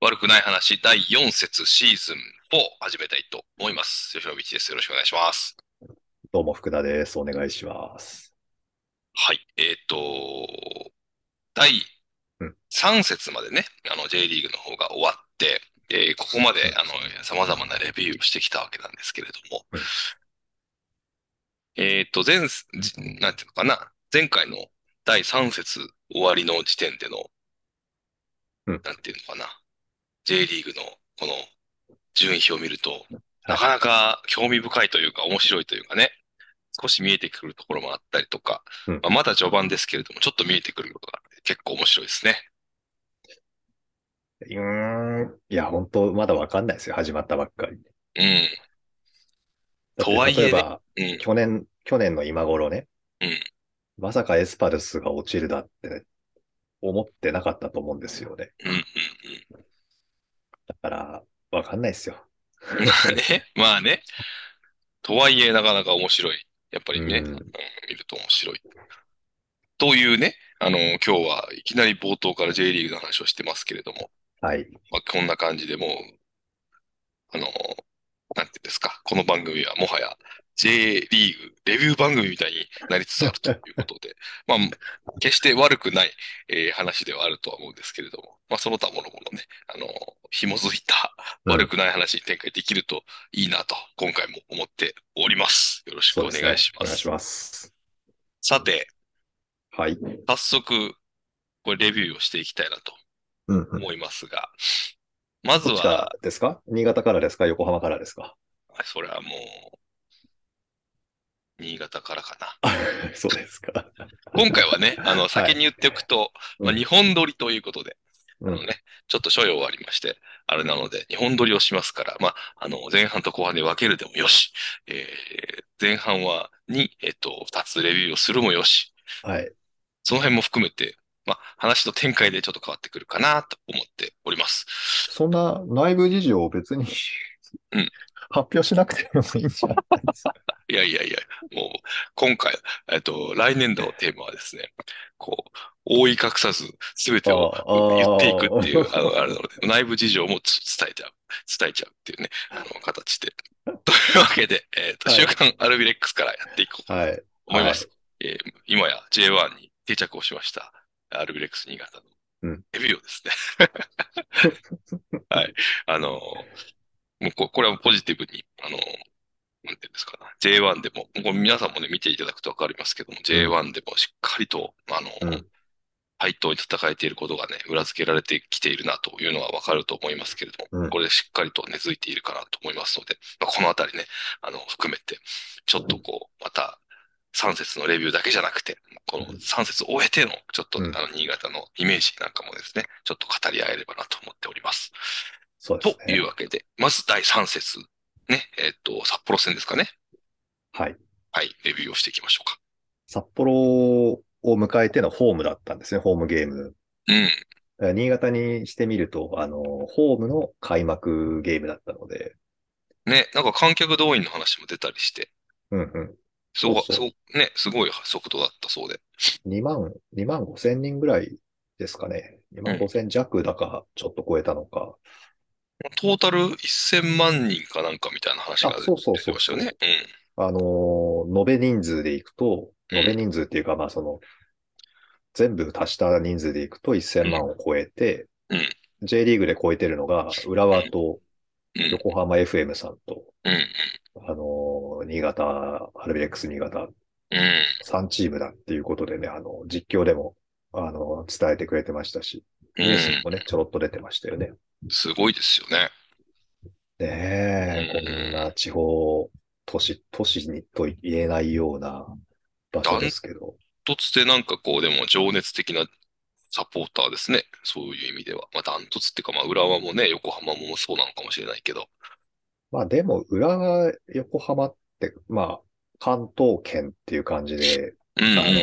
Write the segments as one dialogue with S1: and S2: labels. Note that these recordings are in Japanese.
S1: 悪くない話第4節シーズン4始めたいと思います。吉野道です。よろしくお願いします。
S2: どうも、福田です。お願いします。
S1: はい。えっ、と、第
S2: うん
S1: 3節までね、あの J リーグの方が終わって、えーここまであの様々なレビューをしてきたわけなんですけれども
S2: うん、
S1: えっと、前、じなんていうのかな、前回の第3節終わりの時点での、
S2: うん
S1: なんていうのかな、J リーグのこの順位表を見ると、
S2: い
S1: なかなか興味深いというか、面白いというかね、少し見えてくるところもあったりとか、
S2: うん
S1: まあ、まだ序盤ですけれども、ちょっと見えてくることが結構面白いですね。
S2: うーん。いや、本当まだわかんないですよ。始まったばっかり。
S1: うん。
S2: だって
S1: とはいえね
S2: 例えば、
S1: うん。
S2: 去年、去年の今頃ね。
S1: うん
S2: まさかエスパルスが落ちるだって、思ってなかったと思うんですよね。
S1: うん。
S2: だから、わかんないですよ。
S1: うん。 うん。まあね。まあね。とはいえ、なかなか面白い。やっぱりね、
S2: うん
S1: うん見ると面白い。というね、あの、今日はいきなり冒頭から J リーグの話をしてますけれども、
S2: はい。
S1: まあ、こんな感じでもう、あの、なんていうんですか、この番組はもはや J リーグレビュー番組みたいになりつつあるということで、 まあ、決して悪くない、えー話ではあるとは思うんですけれども、まあ、その他もろもろね、あの、紐づいた
S2: うん
S1: 悪くない話に展開できるといいなと、今回も思っております。よろしくお
S2: そうですね
S1: 願いし
S2: お
S1: ま
S2: 願い
S1: す。
S2: します。
S1: さて、
S2: はい。
S1: 早速、これレビューをしていきたいなと
S2: うんうん。
S1: 思いますが、まず
S2: どっち
S1: は、
S2: からですか新潟からですか横浜からですか
S1: あそれはもう、新潟からかな。
S2: そうですか。
S1: 今回は ね、あの、先に言っておくと、
S2: うん
S1: まあ、日本撮りということで、
S2: う
S1: あのね、ちょっと所要がありまして、あれなので、日本撮りをしますから、まあ、あの、前半と後半で分けるでもよし、えー前半は、に、えっと、2つレビューをするもよし、
S2: はい。
S1: その辺も含めて、まあ、話の展開でちょっと変わってくるかなと思っております。
S2: そんな内部事情を別に
S1: うん
S2: 発表しなくてもいいんじゃないですか。
S1: いやいやいや、もう、今回、えっと、来年度のテーマはですね、こう、覆い隠さず、すべてを
S2: あ
S1: 言
S2: あ
S1: っていくっていう、
S2: あ
S1: あの、あれなので、内部事情もつ伝えちゃう、伝えちゃうっていうね、あの、形で。というわけで、えっと、
S2: はい
S1: 週刊アルビレックスからやっていこうと
S2: はい。
S1: 思います。えー今や J1 に定着をしました、アルビレックス新潟
S2: う
S1: の
S2: ん
S1: レビューをですね。 はい。あの、もうこ、これはポジティブに、あの、なんていうんですかな、J1 でも、もう皆さんもね、見ていただくとわかりますけども、J1 でもしっかりと、あ
S2: う
S1: の
S2: ん、
S1: 配当に戦えていることがね、裏付けられてきているなというのはわかると思いますけれど
S2: う
S1: も、
S2: ん
S1: これでしっかりと根付いているかなと思いますので、まあ、このあたりね、あの、含めて、ちょっとこう、また、3節のレビューだけじゃなくて、この
S2: うん
S1: 3節終えての、ちょっと、
S2: うん
S1: あの、新潟のイメージなんかもですね、ちょっと語り合えればなと思っております。
S2: そうで
S1: と
S2: す
S1: い
S2: ね
S1: う。わけで、まず第3節、ね、えっと、札幌戦ですかね。
S2: はい。
S1: はい、レビューをしていきましょうか。
S2: 札幌を迎えてのホームだったんですね、ホームゲーム。
S1: うん、
S2: だから新潟にしてみると、あの、ホームの開幕ゲームだったので、
S1: ね、なんか観客動員の話も出たりして、
S2: うんうん。
S1: すご、
S2: そうそ
S1: すごね、すごい速度だったそうで。
S2: 2万、2万5千人ぐらいですかね。2万5千弱だか、ちょっと超えたのか。
S1: トータル1000万人かなんかみたいな話が
S2: あそうそうそう
S1: 出てましたよね。
S2: あのー、延べ人数でいくと、
S1: うん
S2: 延べ人数っていうか、まあその、全部足した人数でいくと1000万を超えて
S1: うん、
S2: J リーグで超えてるのが、浦和と
S1: うん、うん、
S2: 横浜 FM さんと、
S1: うん、
S2: あのー、新潟、アルビレックス新潟、
S1: うん。
S2: 3チームだっていうことでね、あの、実況でも、あの、伝えてくれてましたし、ニュースにもね、ちょろっと出てましたよね。
S1: うん、すごいですよね。
S2: ねえ、こ
S1: うん
S2: んな地方、都市、都市にと言えないような場所ですけど。
S1: ダントツでなんかこう、でも情熱的なサポーターですね。そういう意味では。まあ、ダントツっていうか、まあ、浦和もね、横浜もそうなのかもしれないけど。
S2: まあでも、浦和、横浜って、まあ、関東圏っていう感じで
S1: うん、うん、うん、
S2: あの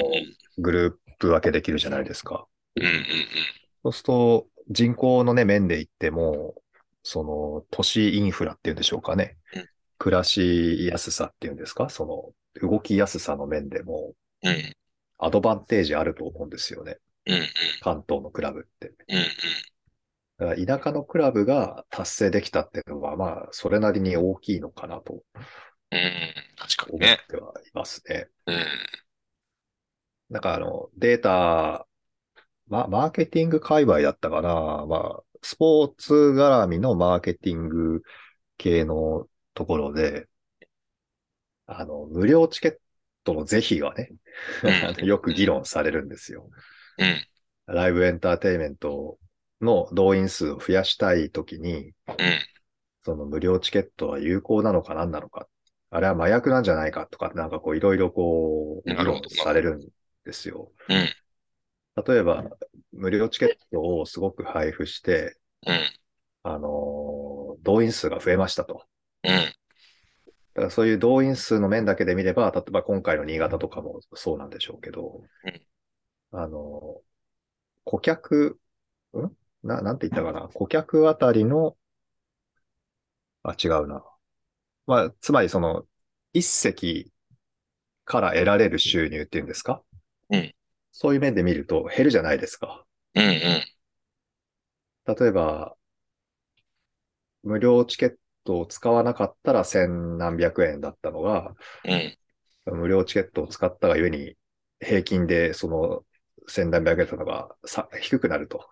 S2: グループ分けできるじゃないですか。
S1: うん、うん、
S2: そうすると、人口のね、面で言っても、その、都市インフラっていうんでしょうかね
S1: うん。
S2: 暮らしやすさっていうんですかその、動きやすさの面でも、
S1: うん、うん、
S2: アドバンテージあると思うんですよね。
S1: うん、うん、
S2: 関東のクラブって。
S1: うん、うん。
S2: だから田舎のクラブが達成できたっていうのは、まあ、それなりに大きいのかなと
S1: うん。確か
S2: 思
S1: に
S2: っ
S1: ね。
S2: てはいますね。
S1: うん。
S2: なんかあの、データ、ま、マーケティング界隈だったかな。まあ、スポーツ絡みのマーケティング系のところで、あの、無料チケットの是非がね、あ のよく議論されるんですよ。
S1: うん。
S2: ライブエンターテインメントの動員数を増やしたいときに、
S1: うん。
S2: その無料チケットは有効なのか何なのか、あれは麻薬なんじゃないかとか、なんかこういろいろこう、
S1: な
S2: 議
S1: る
S2: 論
S1: ほど
S2: されるんですよ。
S1: うん。
S2: 例えば、無料チケットをすごく配布して、
S1: うん。
S2: あのー動員数が増えましたと。
S1: うん。
S2: だからそういう動員数の面だけで見れば、例えば今回の新潟とかもそうなんでしょうけど、
S1: うん
S2: あの、顧客、んな、なんて言ったかな顧客あたりの、あ、違うな。まあ、つまりその、一席から得られる収入っていうんですか
S1: うん
S2: そういう面で見ると減るじゃないですか。
S1: うん。うん。
S2: 例えば、無料チケットを使わなかったら千何百円だったのが、
S1: うん。
S2: 無料チケットを使ったがゆえに、平均でその千何百円だったのがさ低くなると。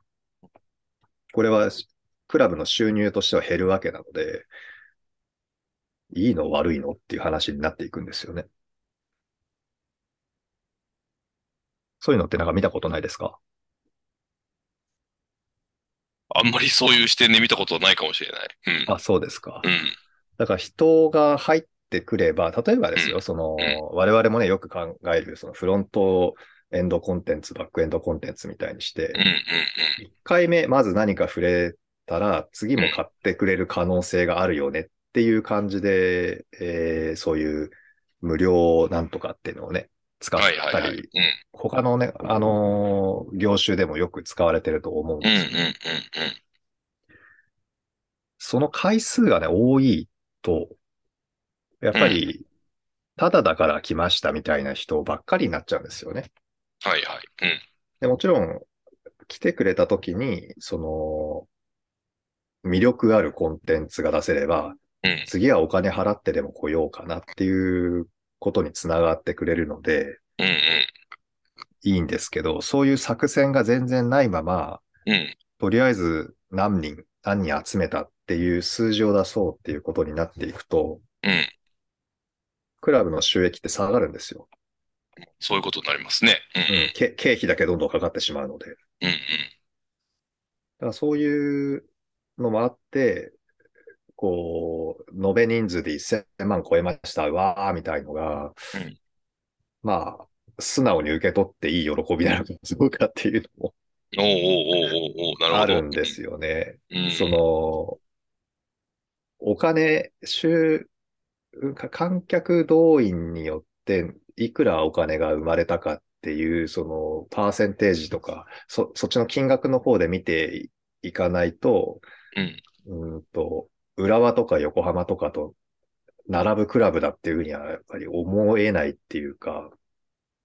S2: これはしクラブの収入としては減るわけなので、いいの悪いのっていう話になっていくんですよね。そういうのってなんか見たことないですか
S1: あんまりそういう視点で見たことはないかもしれない。うん。
S2: あ、そうですか。
S1: うん。
S2: だから人が入ってくれば、例えばです
S1: う
S2: よ、その
S1: うん、
S2: 我々もね、よく考える、そのフロントエンドコンテンツ、バックエンドコンテンツみたいにして
S1: うん。う、ん。
S2: 1回目、まず何か触れたら、次も買ってくれる可能性があるよねっていう感じで、えーそういう無料なんとかっていうのをね、使
S1: うん。
S2: っ
S1: はいはい
S2: た
S1: はい。うん
S2: り、。他のね、あのー業種でもよく使われてると思うん
S1: うん。うん。
S2: ですよ。
S1: うん。うん。
S2: その回数がね、多いと、やっぱり、ただだから来ましたみたいな人ばっかりになっちゃうんですよね。
S1: はいはい。うん。
S2: でもちろん、来てくれた時に、その、魅力あるコンテンツが出せれば、
S1: うん。
S2: 次はお金払ってでも来ようかなっていうことにつながってくれるので、
S1: うん。
S2: いいんですけど、そういう作戦が全然ないまま、
S1: うん。うん。
S2: とりあえず何人、何人集めたっていう数字を出そうっていうことになっていくと、
S1: うん。
S2: クラブの収益って下がるんですよ。
S1: そういうことになりますね。うん。
S2: うん、け経費だけどんどんかかってしまうので。だ
S1: うん。
S2: からそういうのもあって、こう、延べ人数で1000万超えました、わーみたいのが、
S1: うん
S2: まあ、素直に受け取っていい喜びなのかどうかっていうのも
S1: うん。おーおーおーおーおーなるほ
S2: あ
S1: ど。
S2: るんで。すよね。
S1: うん。
S2: その、お金、収、か観客動員によって、いくらお金が生まれたかっていう、その、パーセンテージとか、そ、そっちの金額の方で見ていかないと、
S1: うん。
S2: うんと、浦和とか横浜とかと並ぶクラブだっていうふうには、やっぱり思えないっていうか、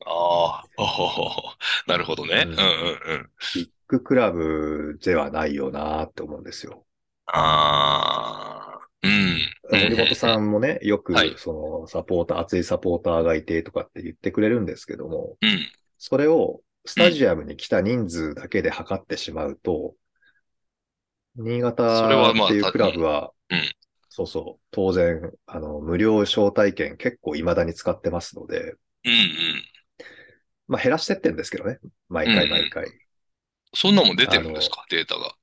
S1: ああ、おほほほ なるほどね。
S2: う
S1: うんんうんうん。
S2: ビッグクラブではないよなって思うんですよ。
S1: ああ、うん。
S2: 森本
S1: ん。
S2: さんもね、よく
S1: はい、
S2: その、サポーター、熱いサポーターがいてとかって言ってくれるんですけども、
S1: うん。
S2: それをスタジアムに来た人数だけで測ってしまうと、新
S1: それ
S2: 潟
S1: は
S2: っ
S1: まあ
S2: ていうクラブは
S1: たうん、
S2: そうそう、当然、あの、無料招待券結構未だに使ってますので、
S1: うんうん。
S2: まあ減らしてってんですけどね、毎
S1: う
S2: 回
S1: ん
S2: 毎回。
S1: そんなもん出てるんですか、データが。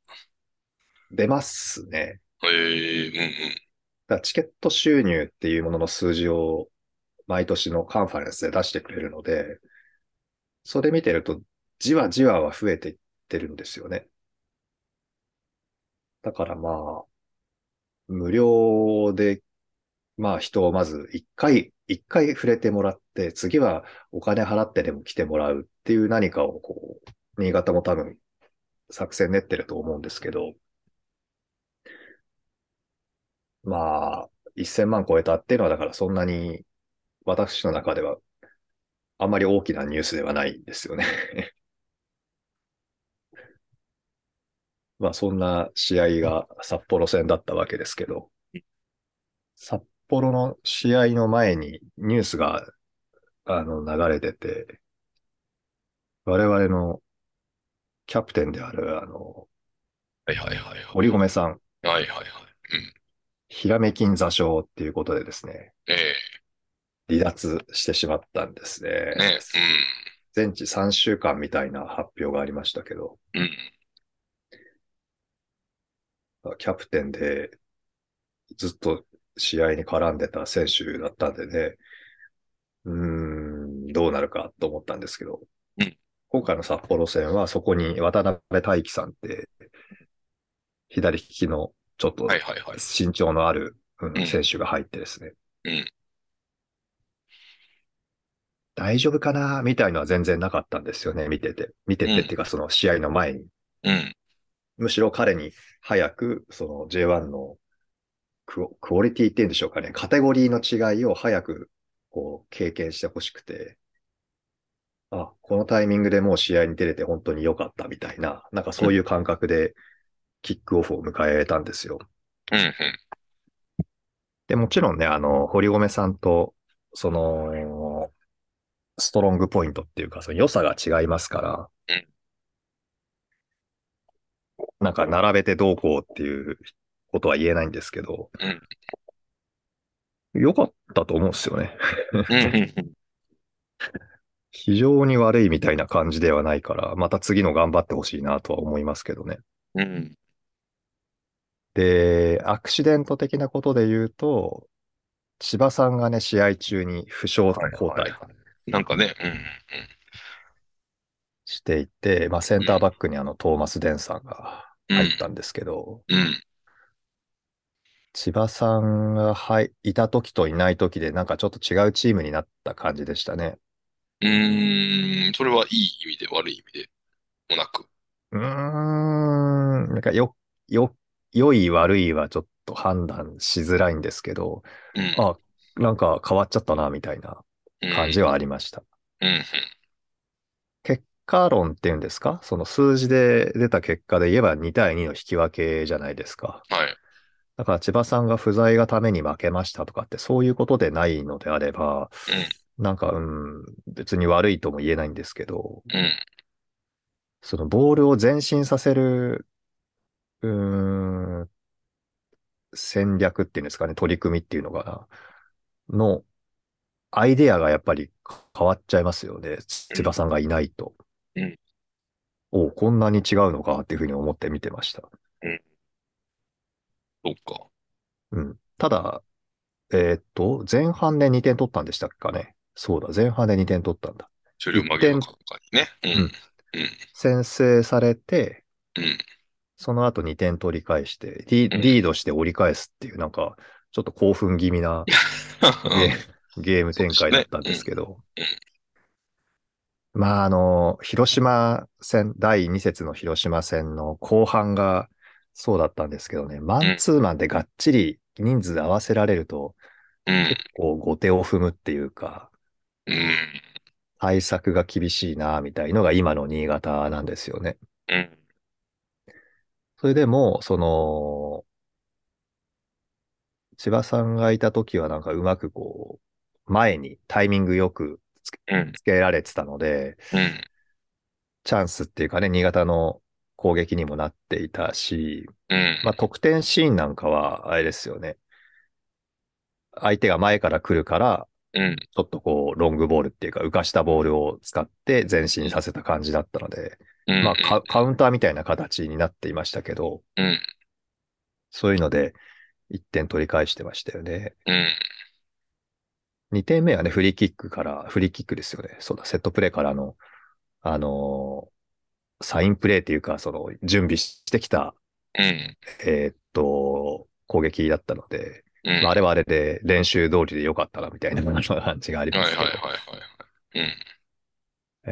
S2: 出ますね。
S1: へえ、うん
S2: だからチケット収入っていうものの数字を毎年のカンファレンスで出してくれるので、それ見てると、じわじわは増えていってるんですよね。だからまあ、無料で、まあ人をまず一回、一回触れてもらって、次はお金払ってでも来てもらうっていう何かをこう、新潟も多分作戦練ってると思うんですけど、まあ、1000万超えたっていうのは、だからそんなに私の中ではあんまり大きなニュースではないんですよね。 まあそんな試合が札幌戦だったわけですけど、札幌の試合の前にニュースがあの流れてて、我々のキャプテンであるあの、
S1: はいはいはいはい。
S2: 堀米さん、
S1: はいはいはい。うん。
S2: ひらめきん座礁っていうことでですね、
S1: ええ
S2: 離脱してしまったんですね。
S1: ね、
S2: 全治3週間みたいな発表がありましたけど、
S1: うん。うん。
S2: キャプテンでずっと試合に絡んでた選手だったんでね、うーん、どうなるかと思ったんですけど、
S1: うん
S2: 今回の札幌戦はそこに渡辺大輝さんって、左利きのちょっと
S1: はいはいはい。
S2: 身長のある、うん
S1: うん
S2: 選手が入ってですね、
S1: うん
S2: 大丈夫かなみたいのは全然なかったんですよね、見てて。見ててっていうか、その試合の前に。
S1: うん。
S2: むしろ彼に早く、その J1 のクオクオリティっていうんでしょうかね、カテゴリーの違いを早くこう経験してほしくて、あ、このタイミングでもう試合に出れて本当に良かったみたいな、なんかそういう感覚でキックオフを迎えたんですよ。
S1: うん。うん。
S2: で、もちろんね、あの、堀米さんと、その、ストロングポイントっていうか、その良さが違いますから、
S1: うん
S2: なんか並べてどうこうっていうことは言えないんですけど、良かったと思うんですよね。
S1: うんうんうん。
S2: 非常に悪いみたいな感じではないから、また次の頑張ってほしいなとは思いますけどね。
S1: うん。
S2: で、アクシデント的なことで言うと、千葉さんがね、試合中に負傷交代
S1: なんかね、うん。
S2: していて、まあ、センターバックにあのトーマス・デンさんが
S1: うん。
S2: 入ったんですけど、
S1: うん。うん。
S2: 千葉さんが入いた時といない時で、なんかちょっと違うチームになった感じでしたね。
S1: うーん、それはいい意味で悪い意味でもなく。
S2: うーん、なんかよ、よ、良い悪いはちょっと判断しづらいんですけど、
S1: うん。
S2: あ、なんか変わっちゃったな、みたいな感じはありました。
S1: うん。うん。
S2: 結果論っていうんですかその数字で出た結果で言えば2対2の引き分けじゃないですか。
S1: はい。
S2: だから千葉さんが不在がために負けましたとかってそういうことでないのであれば、なんか、うん、別に悪いとも言えないんですけど、
S1: うん。
S2: そのボールを前進させる、うーん、戦略っていうんですかね、取り組みっていうのかな、のアイデアがやっぱり変わっちゃいますよね。千葉さんがいないと。
S1: うん
S2: おうこんなに違うのかっていうふうに思って見てました。
S1: そうか。
S2: うん。ただ、えーっと、前半で2点取ったんでしたっかね。そうだ、前半で2点取ったんだ。
S1: それを曲げのかとかにね。うん。
S2: 先制されて、
S1: うん。
S2: その後2点取り返して、リ
S1: うん
S2: リードして折り返すっていう、なんか、ちょっと興奮気味な ゲーゲーム展開だったんですけど
S1: そうですね。
S2: まあ、あの、広島戦、第2節の広島戦の後半がそうだったんですけどね、マンツーマンでがっちり人数合わせられると、
S1: うん。
S2: 結構後手を踏むっていうか、
S1: うん。
S2: 対策が厳しいな、みたいのが今の新潟なんですよね。
S1: うん。
S2: それでも、その、千葉さんがいた時はなんかうまくこう、前にタイミングよくつけ
S1: うん。
S2: つけられてたので、
S1: うん。
S2: チャンスっていうかね、新潟の攻撃にもなっていたし、
S1: うん。
S2: まあ得点シーンなんかはあれですよね。相手が前から来るから、
S1: うん。
S2: ちょっとこう、ロングボールっていうか、浮かしたボールを使って前進させた感じだったので、
S1: うん。
S2: まあカ、カウンターみたいな形になっていましたけど、
S1: うん。
S2: そういうので、1点取り返してましたよね。
S1: うん。
S2: 2点目はね、フリーキックから、フリーキックですよね。そうだ、セットプレーからの、あのーサインプレーっていうか、その、準備してきた、
S1: うん。
S2: えーっと、攻撃だったので、
S1: うん。
S2: まあ、あれはあれで練習通りで良かったな、みたいな感じがあり
S1: はい
S2: ま
S1: はい
S2: すけ
S1: はい
S2: ど。
S1: はいは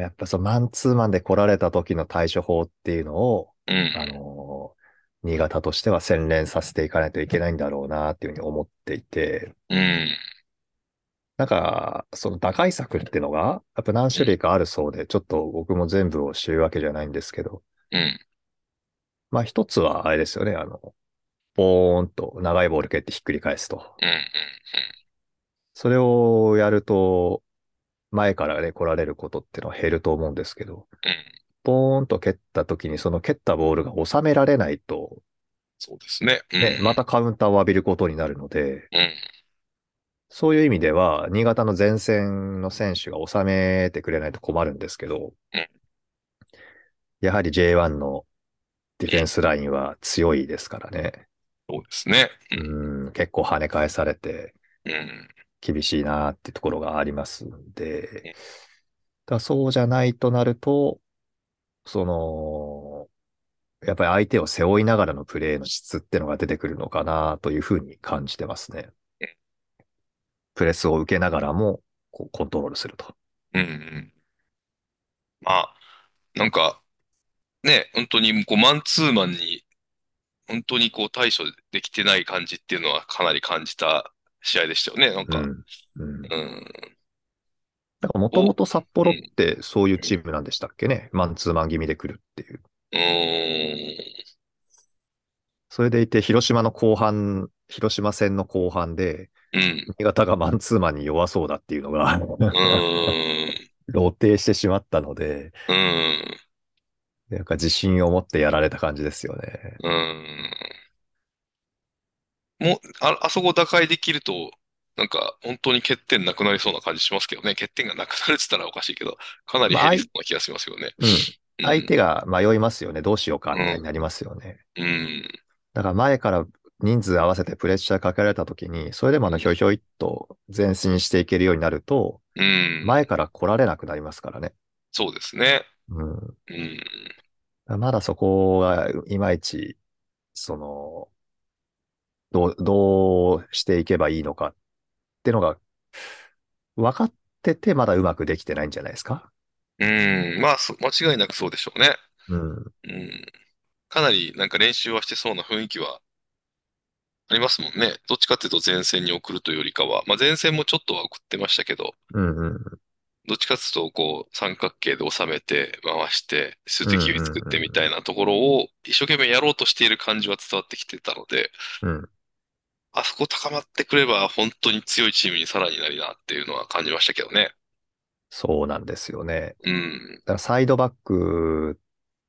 S1: い。
S2: やっぱそのマンツーマンで来られた時の対処法っていうのを、
S1: うん。うん。
S2: あのー新潟としては洗練させていかないといけないんだろうなっていうふうに思っていて、
S1: うん。
S2: なんか、その打開策っていうのが、やっぱ何種類かあるそうで、ちょっと僕も全部を知るわけじゃないんですけど、
S1: うん。
S2: まあ一つはあれですよね、あの、ボーンと長いボール蹴ってひっくり返すと。
S1: うんうん。
S2: それをやると、前からね、来られることってのは減ると思うんですけど、
S1: うん。
S2: ボーンと蹴った時にその蹴ったボールが収められないと、
S1: そうですね。うん
S2: ね、またカウンターを浴びることになるので、
S1: うん。
S2: そういう意味では、新潟の前線の選手が収めてくれないと困るんですけど
S1: うん、
S2: やはり J1 のディフェンスラインは強いですからね。
S1: そうですね。
S2: うん、結構跳ね返されて、
S1: うん。
S2: 厳しいなーってところがありますんで
S1: ね、
S2: だからそうじゃないとなると、その、やっぱり相手を背負いながらのプレーの質ってのが出てくるのかなというふうに感じてますね
S1: ね。
S2: プレスを受けながらもこうコントロールすると。
S1: うんうん。まあ、なんか、ね、本当にこうマンツーマンに、本当にこう対処できてない感じっていうのはかなり感じた試合でしたよね。なん
S2: う
S1: か、
S2: ん。うん。だ
S1: うん。
S2: からもともと札幌ってそういうチームなんでしたっけね。マンツーマン気味で来るっていう。
S1: うーん。
S2: それでいて、広島の後半、広島戦の後半で、
S1: うん。
S2: 新潟がマンツーマンに弱そうだっていうのが、
S1: うーん。
S2: 露呈してしまったので、
S1: うん。
S2: なんか自信を持ってやられた感じですよね。
S1: うん。もう、あ、あそこ打開できると、なんか、本当に欠点なくなりそうな感じしますけどね。欠点がなくなるって言ったらおかしいけど、かなり減りそうな気がしますよね。
S2: うん。
S1: うん
S2: 相手が迷いますよね。どうしようか、みたいになりますよね。
S1: うん。
S2: だから前から人数合わせてプレッシャーかけられた時に、それでもあの、ひょいひょいっと前進していけるようになると、
S1: うん。
S2: 前から来られなくなりますからね。
S1: そうですね。
S2: うん。
S1: うん。
S2: まだそこが、いまいち、その、どう、どうしていけばいいのかってのが、分かってて、まだうまくできてないんじゃないですか
S1: うん。まあ、そ間違いなくそうでしょうね。
S2: うん。
S1: うん。かなり、なんか練習はしてそうな雰囲気はありますもんね。どっちかっていうと前線に送るというよりかは、まあ前線もちょっとは送ってましたけど、
S2: うんうん。
S1: どっちかっていうと、こう、三角形で収めて、回して、数的優位作ってみたいなところを、一生懸命やろうとしている感じは伝わってきてたので、
S2: うん。
S1: あそこ高まってくれば、本当に強いチームにさらになりなっていうのは感じましたけどね。
S2: そうなんですよね。
S1: うん。
S2: だからサイドバック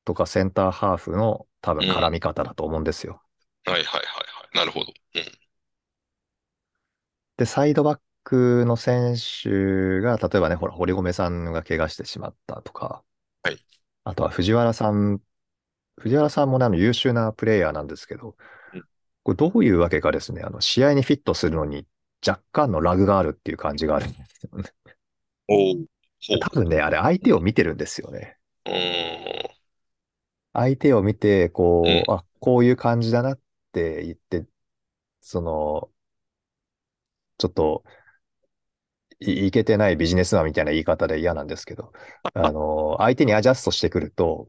S2: とかセンターハーフの多分絡み方だと思うんですよ。
S1: はいはいはいはい。なるほど。うん。
S2: で、サイドバックの選手が、例えばね、ほら、堀米さんが怪我してしまったとか、
S1: はい
S2: あとは藤原さん、藤原さんもね、あの優秀なプレイヤーなんですけど
S1: うん、
S2: これどういうわけかですね、あの試合にフィットするのに若干のラグがあるっていう感じがあるんですよね。
S1: おう。ほう。
S2: 多分ね、あれ相手を見てるんですよね。
S1: うーん。
S2: 相手を見て、こ
S1: うん
S2: う、あ、こういう感じだなって言って、その、ちょっと、い、いけてないビジネスマンみたいな言い方で嫌なんですけど、あの、相手にアジャストしてくると、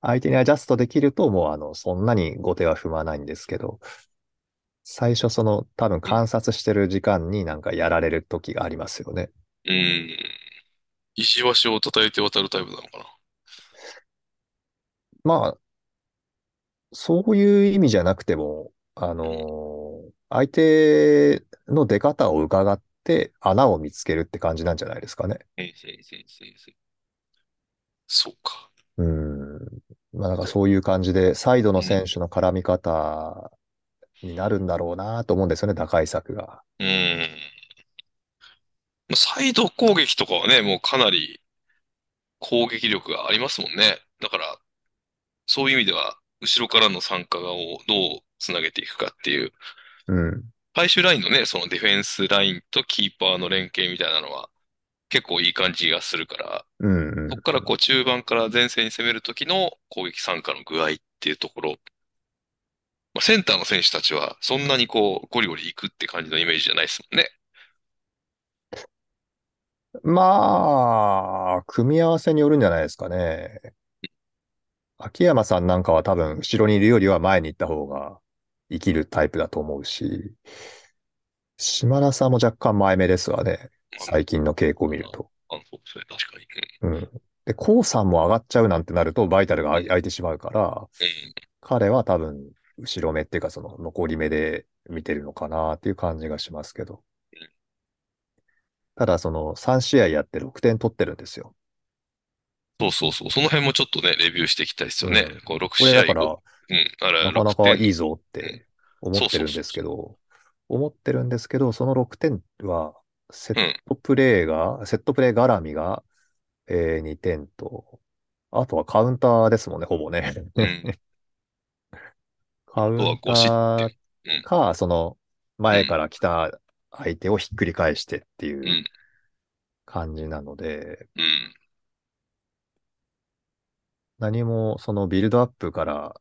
S2: 相手にアジャストできると、もう、あの、そんなに後手は踏まないんですけど、最初、その、多分観察してる時間になんかやられる時がありますよね。
S1: うん。石橋を叩いて渡るタイプなのかな。
S2: まあ、そういう意味じゃなくても、あのー相手の出方を伺って穴を見つけるって感じなんじゃないですかね。
S1: うんうんうんうんうんそうか。
S2: うん。まあなんかそういう感じで、サイドの選手の絡み方になるんだろうなと思うんですよね、打開策が。
S1: うん。まあサイド攻撃とかはね、もうかなり攻撃力がありますもんね。だから、そういう意味では、後ろからの参加をどうつなげていくかっていう、
S2: うん。
S1: 最終ラインのね、そのディフェンスラインとキーパーの連携みたいなのは、結構いい感じがするから、
S2: うんうん
S1: そこからこう中盤から前線に攻める時の攻撃参加の具合っていうところ、まあ、センターの選手たちはそんなにこうゴリゴリ行くって感じのイメージじゃないですもんね。
S2: まあ、組み合わせによるんじゃないですかね。秋山さんなんかは多分、後ろにいるよりは前に行った方が生きるタイプだと思うし、島田さんも若干前目ですわね。最近の傾向を見ると。
S1: あ、そうですね、確かに。
S2: うん。で、コウさんも上がっちゃうなんてなると、バイタルが空いてしまうから、
S1: うん。
S2: 彼は多分、後ろ目っていうか、その、残り目で見てるのかなっていう感じがしますけど
S1: うん。
S2: ただ、その、3試合やって6点取ってるんですよ。
S1: そうそうそう。その辺もちょっとね、レビューしていきたいですよね
S2: うん。
S1: こう、6
S2: これ
S1: 試合
S2: だから、
S1: 後。うん。あら、
S2: なかな
S1: 6
S2: か
S1: 点
S2: いいぞって思ってるんですけど、思ってるんですけど、その6点は、セットプレーが、セットプレー絡みが、えー2点と、あとはカウンターですもんね、ほぼね。
S1: うん。
S2: カウン
S1: とは
S2: タ
S1: ゴシ
S2: ー
S1: ってうん
S2: か、その、前から来た相手をひっくり返してっていううん感じなので、
S1: うん。
S2: 何もそのビルドアップから、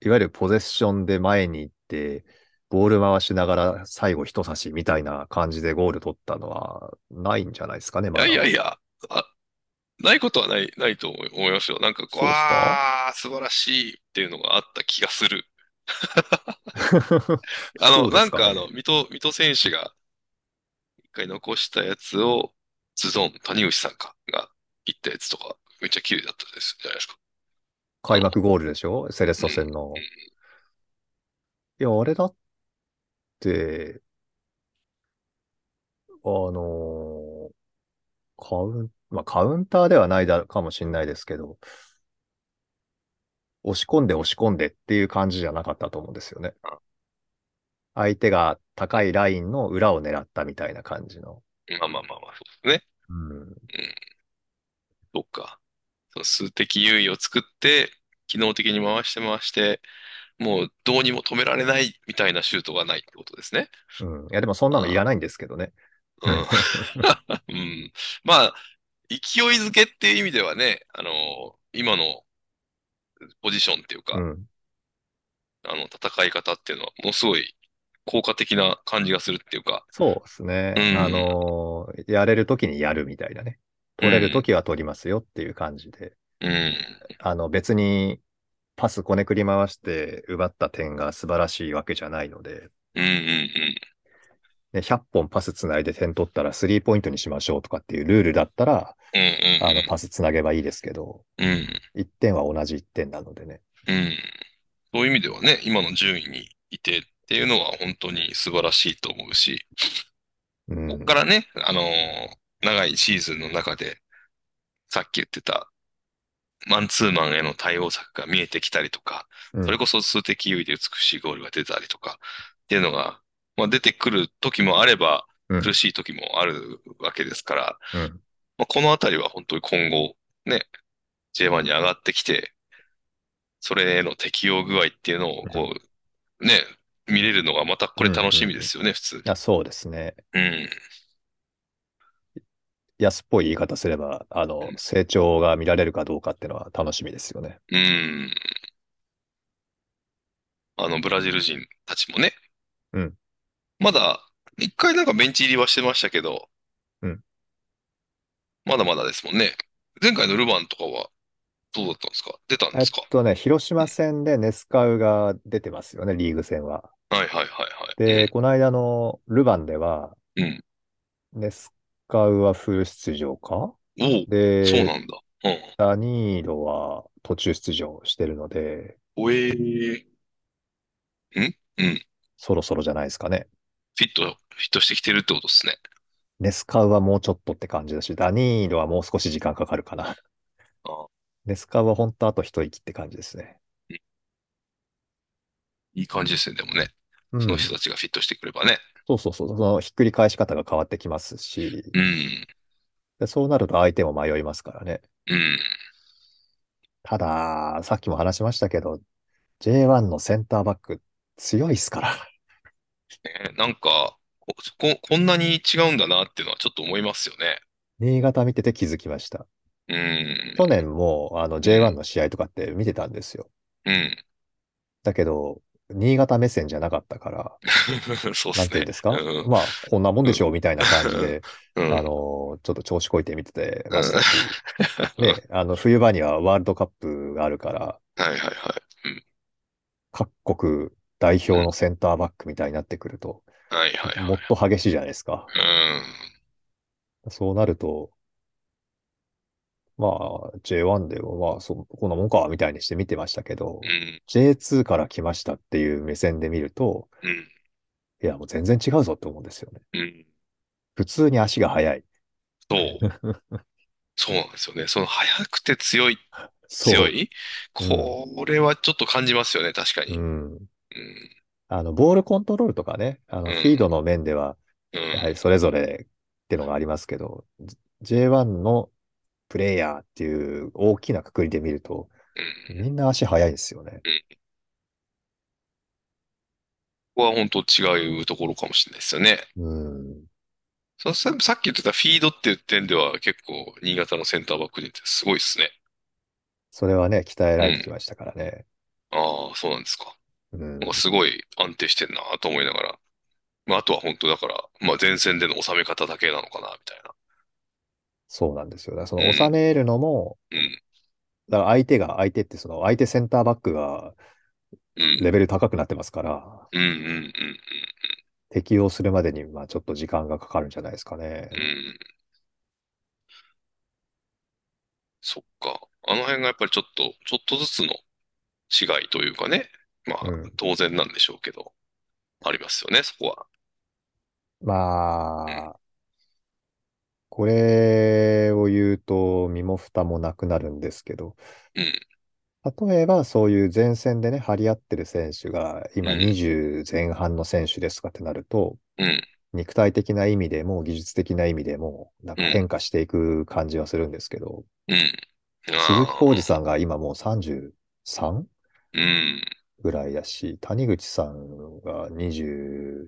S2: いわゆるポゼッションで前に行って、ボール回しながら最後人差しみたいな感じでゴール取ったのはないんじゃないですかね、
S1: い
S2: ま
S1: や
S2: だ
S1: いやいや、あ、ないことはない、ないと思い思いますよ。なんかこう、
S2: そうですか
S1: あー素晴らしいっていうのがあった気がする。あ
S2: そ
S1: の、
S2: うで
S1: な
S2: す
S1: ん
S2: か
S1: か
S2: ね
S1: あの、水戸、水戸選手が一回残したやつを、ズドン、谷口さんか、が言ったやつとか、めっちゃ綺麗だったです、じゃないですか。
S2: 開幕ゴールでしょセレッソ戦の。いや、あれだって、あのーカウン、まあ、カウンターではないだかもしれないですけど、押し込んで押し込んでっていう感じじゃなかったと思うんですよね。相手が高いラインの裏を狙ったみたいな感じの。
S1: まあまあまあまあ、そうですね。
S2: うん。
S1: そっか。その数的優位を作って、機能的に回して回して、もうどうにも止められないみたいなシュートがないってことですね。
S2: うん。いや、でもそんなのいらないんですけどね。
S1: うん。うん。まあ、勢いづけっていう意味ではね、あの今のポジションっていうか、
S2: うん。
S1: あの、戦い方っていうのは、ものすごい効果的な感じがするっていうか、
S2: そうですね。
S1: うん
S2: あのーやれるときにやるみたいなね。取れるときは取りますよっていう感じで。
S1: うん、
S2: あの、別にパスこねくり回して奪った点が素晴らしいわけじゃないので、
S1: うん、うん、うん。
S2: ね、100本パスつないで点取ったらスリーポイントにしましょうとかっていうルールだったら、
S1: うん、うん、
S2: あの、パスつなげばいいですけど、
S1: うん、
S2: 1点は同じ1点なのでね。
S1: うん。そういう意味ではね、今の順位にいてっていうのは本当に素晴らしいと思うし、
S2: うん。
S1: こっからね、あのー長いシーズンの中で、さっき言ってた、マンツーマンへの対応策が見えてきたりとか、
S2: うん
S1: それこそ数的優位で美しいゴールが出たりとか、っていうのが、まあ、出てくる時もあれば、
S2: うん
S1: 苦しい時もあるわけですから、
S2: うん
S1: まあ、このあたりは本当に今後、ね、J1 に上がってきて、それへの適応具合っていうのを、こう、ね、見れるのがまたこれ楽しみですよね、普通。
S2: いやそうですね。
S1: うん。
S2: 安っぽい言い方すれば、あの、成長が見られるかどうかっていうのは楽しみですよね。
S1: うん。あの、ブラジル人たちもね。
S2: うん
S1: まだ、一回なんかベンチ入りはしてましたけど、
S2: うん
S1: まだまだですもんね。前回のルヴァンとかは、どうだったんですか出たんで
S2: えっ
S1: すか
S2: とね、広島戦でネスカウが出てますよね、リーグ戦は。
S1: はいはいはいはい。
S2: で、この間のルヴァンでは、
S1: うん
S2: ネスカウはフル出場か
S1: おお、そう
S2: で、
S1: なんだ。うん。
S2: ダニーロは途中出場してるので、
S1: おえー、
S2: そろそろじゃないですかね。
S1: フィット、フィットしてきてるってことですね。
S2: ネスカウはもうちょっとって感じだし、ダニーロはもう少し時間かかるかな
S1: あ。
S2: ネスカウはほんとあと一息って感じですね。
S1: いい感じですね、でもね。
S2: うん、
S1: そ
S2: そ
S1: の
S2: う
S1: 人たちがフィットしてくればね。
S2: そうそう、そのひっくり返し方が変わってきますし、
S1: うん。
S2: でそうなると相手も迷いますからね。
S1: うん。
S2: ただ、さっきも話しましたけど、J1 のセンターバック強いっすから。
S1: ねなんか、こ、こ、こんなに違うんだなっていうのはちょっと思いますよね。
S2: 新潟見てて気づきました。
S1: うん。
S2: 去年もあの J1 の試合とかって見てたんですよ。
S1: うん。
S2: だけど、新潟目線じゃなかったから、
S1: そうっ
S2: なん
S1: す
S2: ていうん
S1: ね。
S2: ですか
S1: うん。
S2: まあ、こんなもんでしょうみたいな感じで、
S1: う
S2: あ
S1: ん。
S2: の、ちょっと調子こいて見ててましたし、ね、あの、冬場にはワールドカップがあるから、
S1: はいはいはい。うん。
S2: 各国代表のセンターバックみたいになってくると、
S1: はいはいはい。
S2: もっと激しいじゃないですか。
S1: うん。
S2: そうなると、まあ、J1 でも、まあ、そ、こんなもんか、みたいにして見てましたけど、
S1: うん、
S2: J2 から来ましたっていう目線で見ると、
S1: うん、
S2: いや、もう全然違うぞって思うんですよね。
S1: うん。
S2: 普通に足が速い。
S1: そう。 そうなんですよね。その速くて強い、
S2: そう
S1: 強いこれはちょっと感じますよね、確かに。
S2: う
S1: うん、
S2: ん。あの、ボールコントロールとかね、あの、
S1: うん
S2: フィードの面では、
S1: う
S2: やは
S1: ん、
S2: りそれぞれってのがありますけど、J1 のプレイヤーっていう大きな括りで見ると、
S1: うん。
S2: みんな足速いんですよね。
S1: ここは本当違うところかもしれないですよね。
S2: うん。
S1: そささっき言ってたフィードっていう点では結構新潟のセンターバック陣ってすごいですね。
S2: それはね、鍛えられてきましたからね。
S1: ああ、そうなんですか。
S2: う
S1: な
S2: ん
S1: んかすごい安定してんなと思いながら。まあ、あとは本当だから、まあ、前線での収め方だけなのかな、みたいな。
S2: そうなんですよ。だからそ
S1: うん
S2: の収めるのも、
S1: うん。
S2: だから相手が、相手ってその相手センターバックが
S1: うん。
S2: レベル高くなってますから、
S1: うん、うん、うん、うん。
S2: 適応するまでにまあちょっと時間がかかるんじゃないですかね
S1: う。ん。そっか。あの辺がやっぱりちょっと、ちょっとずつの違いというかね。まあ
S2: うん、
S1: 当然なんでしょうけど、ありますよね、そこは。
S2: まあ、これを言うと身も蓋もなくなるんですけど、
S1: うん。
S2: 例えばそういう前線でね、張り合ってる選手が今
S1: うん
S2: 20前半の選手ですとかってなると、
S1: うん。
S2: 肉体的な意味でも技術的な意味でも、なんか変化していく感じはするんですけど、
S1: うん。
S2: 鈴木浩
S1: あ
S2: 二さんが今もう 33?
S1: ーうん。
S2: ぐらいだし、谷口さんが27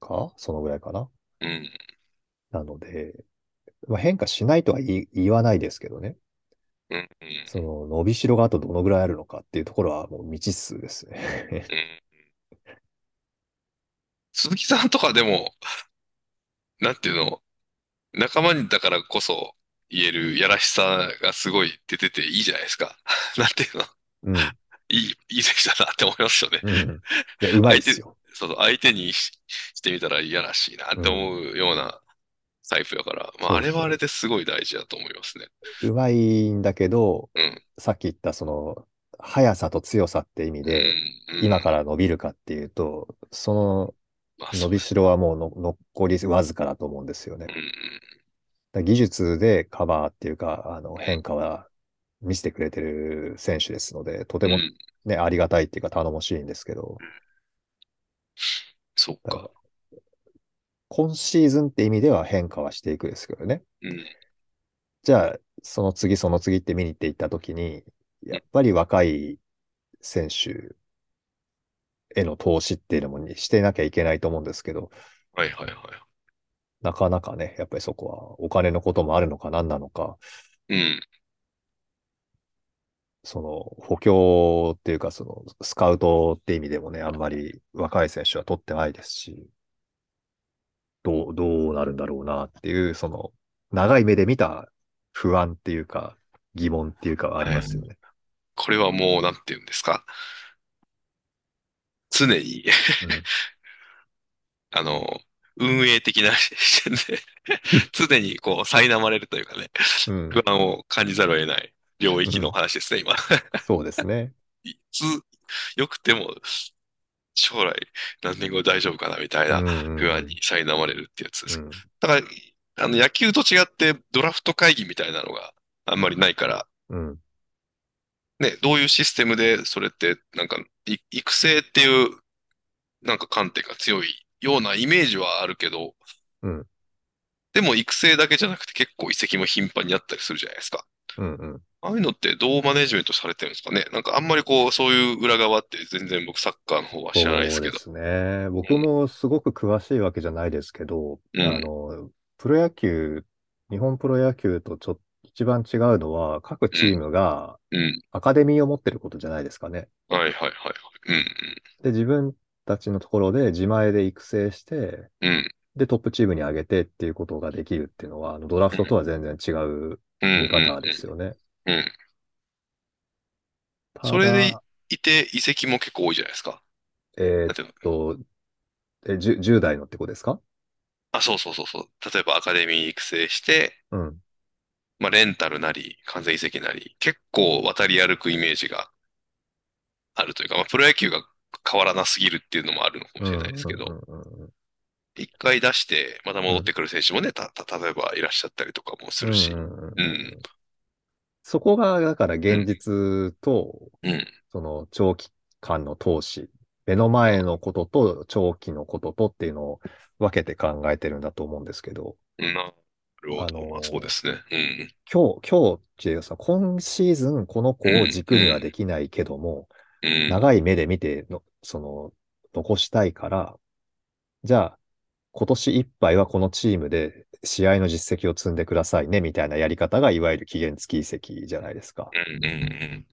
S2: かそのぐらいかな
S1: うん。
S2: なので、まあ、変化しないとは言い言わないですけどね。
S1: うん。うん
S2: その伸びしろがあとどのぐらいあるのかっていうところはもう未知数ですね。
S1: うん鈴木さんとかでも、なんていうの、仲間だからこそ言えるやらしさがすごい出てていいじゃないですか。 なんていうの、
S2: うん。うん。
S1: いい、いい選手だなって思いますよね。
S2: いや、うまいで すよ。
S1: その相手にし、してみたらいやらしいなって思うようなタイプだから、まあ、
S2: そうそう
S1: あれはあれですごい大事だと思いますね。
S2: うまいんだけど、
S1: うん
S2: さっき言ったその、速さと強さって意味で、
S1: うん、うん
S2: 今から伸びるかっていうと、その
S1: まあ、そ
S2: 伸
S1: う
S2: びしろはもうの残りわずかだと思うんですよね。
S1: うんうん
S2: だから技術でカバーっていうか、あの変化は見せてくれてる選手ですので、とても
S1: うん
S2: ね、ありがたいっていうか頼もしいんですけど、
S1: そっか。
S2: 今シーズンって意味では変化はしていくですけどね。
S1: うん、
S2: じゃあ、その次その次って見に行っていったときに、やっぱり若い選手への投資っていうのもにしてなきゃいけないと思うんですけど、
S1: はいはいは
S2: なかなかね、やっぱりそこはお金のこともあるのか何なのか、
S1: い。うん、
S2: その補強っていうか、そのスカウトって意味でもね、あんまり若い選手は取ってないですし、どう、どうなるんだろうなっていう、その長い目で見た不安っていうか、疑問っていうかはありますよね。
S1: これはもう、なんていうんですか。常に、 あの、運営的な視点 で、常にこう、苛まれるというかね、
S2: うん、うん
S1: 不安を感じざるを得ない領域の話ですね、今。
S2: そうですね。
S1: いつ、良くても、将来何年後大丈夫かな、み たいな不安に苛まれるってやつです。
S2: うん
S1: だから、あの、野球と違って、ドラフト会議みたいなのがあんまりないから、
S2: うん、
S1: ね、どういうシステムで、それって、なんか、い育成っていう、なんか観点が強いようなイメージはあるけど、
S2: うん
S1: でも育成だけじゃなくて結構移籍も頻繁にあったりするじゃないですか。
S2: うん、うん。
S1: ああいうのってどうマネジメントされてるんですかね。なんかあんまりこう、そういう裏側って全然僕サッカーの方は知らないですけど。
S2: そうですね。僕もすごく詳しいわけじゃないですけど、
S1: うん
S2: あの、プロ野球、日本プロ野球とちょっと一番違うのは、各チームが
S1: うん。
S2: アカデミーを持ってることじゃないですかね。
S1: はいはいはい。うん
S2: で、自分たちのところで自前で育成して、
S1: うん。うん。
S2: で、トップチームに上げてっていうことができるっていうのは、あのドラフトとは全然違う
S1: うん
S2: 見方ですよね。
S1: うんうん。
S2: ただ
S1: それでいて移籍も結構多いじゃないですか。
S2: え
S1: だ
S2: ーっ
S1: って
S2: と、え、10、10代のってことですか
S1: あ、そうそうそうそう。例えばアカデミー育成して、
S2: うん。
S1: まあ、レンタルなり、完全移籍なり、結構渡り歩くイメージがあるというか、まあ、プロ野球が変わらなすぎるっていうのもあるのかもしれないですけど、
S2: うんうんうんうん
S1: 一回出して、また戻ってくる選手もね、た、た、例えばいらっしゃったりとかもするし
S2: う、んうんうん
S1: うん
S2: そこが、だから現実と、
S1: うん
S2: その長期間の投資、目の前のことと長期のこととっていうのを分けて考えてるんだと思うんですけど、
S1: なるほど。
S2: あのー
S1: まあそうですね。うん。
S2: 今日、今日っていうかさ、今シーズンこの子を軸にはできないけども、
S1: うん。
S2: 長い目で見ての、その、残したいから、じゃあ、今年いっぱいはこのチームで試合の実績を積んでくださいね、みたいなやり方が、いわゆる期限付き移籍じゃないですか。
S1: うんうん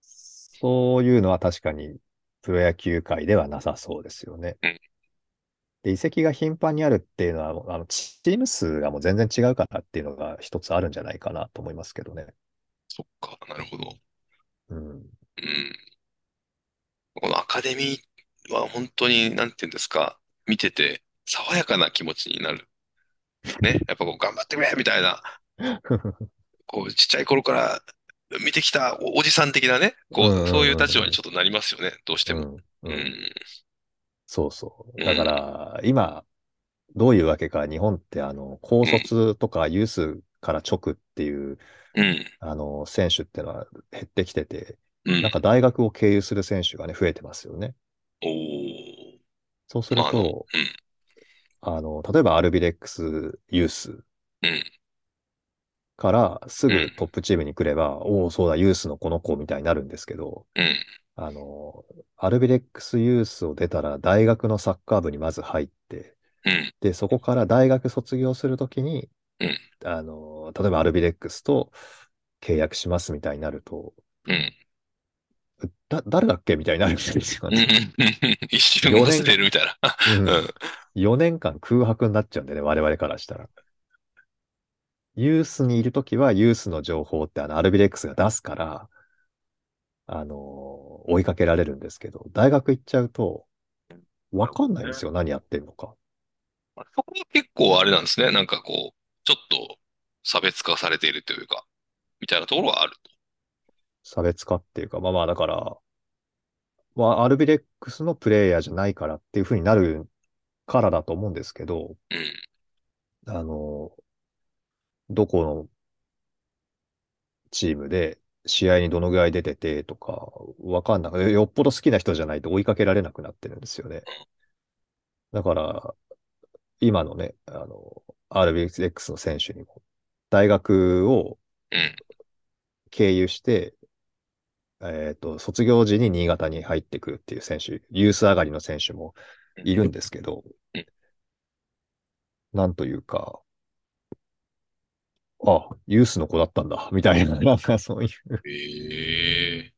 S2: そういうのは確かにプロ野球界ではなさそうですよね
S1: うん。
S2: で、移籍が頻繁にあるっていうのは、あのチーム数がもう全然違うからっていうのが一つあるんじゃないかなと思いますけどね。
S1: そっか、なるほど。
S2: うん。
S1: うん。このアカデミーは本当に、なんていうんですか、見てて、爽やかな気持ちになる。ね。やっぱこう、頑張ってくれみたい な、こう、ちっちゃい頃から見てきたお、おじさん的なね、こ
S2: うんうんうん
S1: う、
S2: うん
S1: そういう立場にちょっとなりますよね、どうしても。
S2: うん
S1: う
S2: うん
S1: ん。
S2: そうそう。だから、今、どういうわけか、日本って、あの、高卒とかユースから直っていう、
S1: うん。
S2: あの、選手ってのは減ってきてて、
S1: うん。
S2: なんか大学を経由する選手がね、増えてますよね。
S1: おー。
S2: そうする
S1: まあ、あの、
S2: と、あの、例えばアルビレックスユース
S1: うん。うん。
S2: からす
S1: う
S2: ぐ
S1: ん
S2: トップチームに来れば、おお、そうだ、ユースのこの子みたいになるんですけど、
S1: うん。
S2: あの、アルビレックスユースを出たら大学のサッカー部にまず入って、
S1: うん。
S2: で、そこから大学卒業するときに
S1: うん、
S2: あの、例えばアルビレックスと契約しますみたいになると、
S1: うん。
S2: だ、誰だっけみたいになるんですよ
S1: うんう
S2: ね。
S1: んうん 一瞬
S2: 四
S1: 忘
S2: 年間
S1: れるみたいな。
S2: うん
S1: うん。
S2: 4年間空白になっちゃうんでね、我々からしたら。ユースにいるときは、ユースの情報ってあの、アルビレックスが出すから、あのー追いかけられるんですけど、大学行っちゃうと、わかんないんですよ、何やってるのか。
S1: そこは結構あれなんですね。なんかこう、ちょっと差別化されているというか、みたいなところはある。
S2: 差別化っていうか、まあまあ、だから、まあ、アルビレックスのプレイヤーじゃないからっていう風になるからだと思うんですけど、
S1: うん。
S2: あのーどこのチームで試合にどのぐらい出ててとか、わかんなくて、よっぽど好きな人じゃないと追いかけられなくなってるんですよね。だから、今のね、あの、RBX の選手にも、大学を
S1: うん
S2: 経由して、えっと、卒業時に新潟に入ってくるっていう選手、ユース上がりの選手もいるんですけど
S1: うん、
S2: なんというか、あ、ユースの子だったんだ、みたいな、 なんかそういう、
S1: へえ。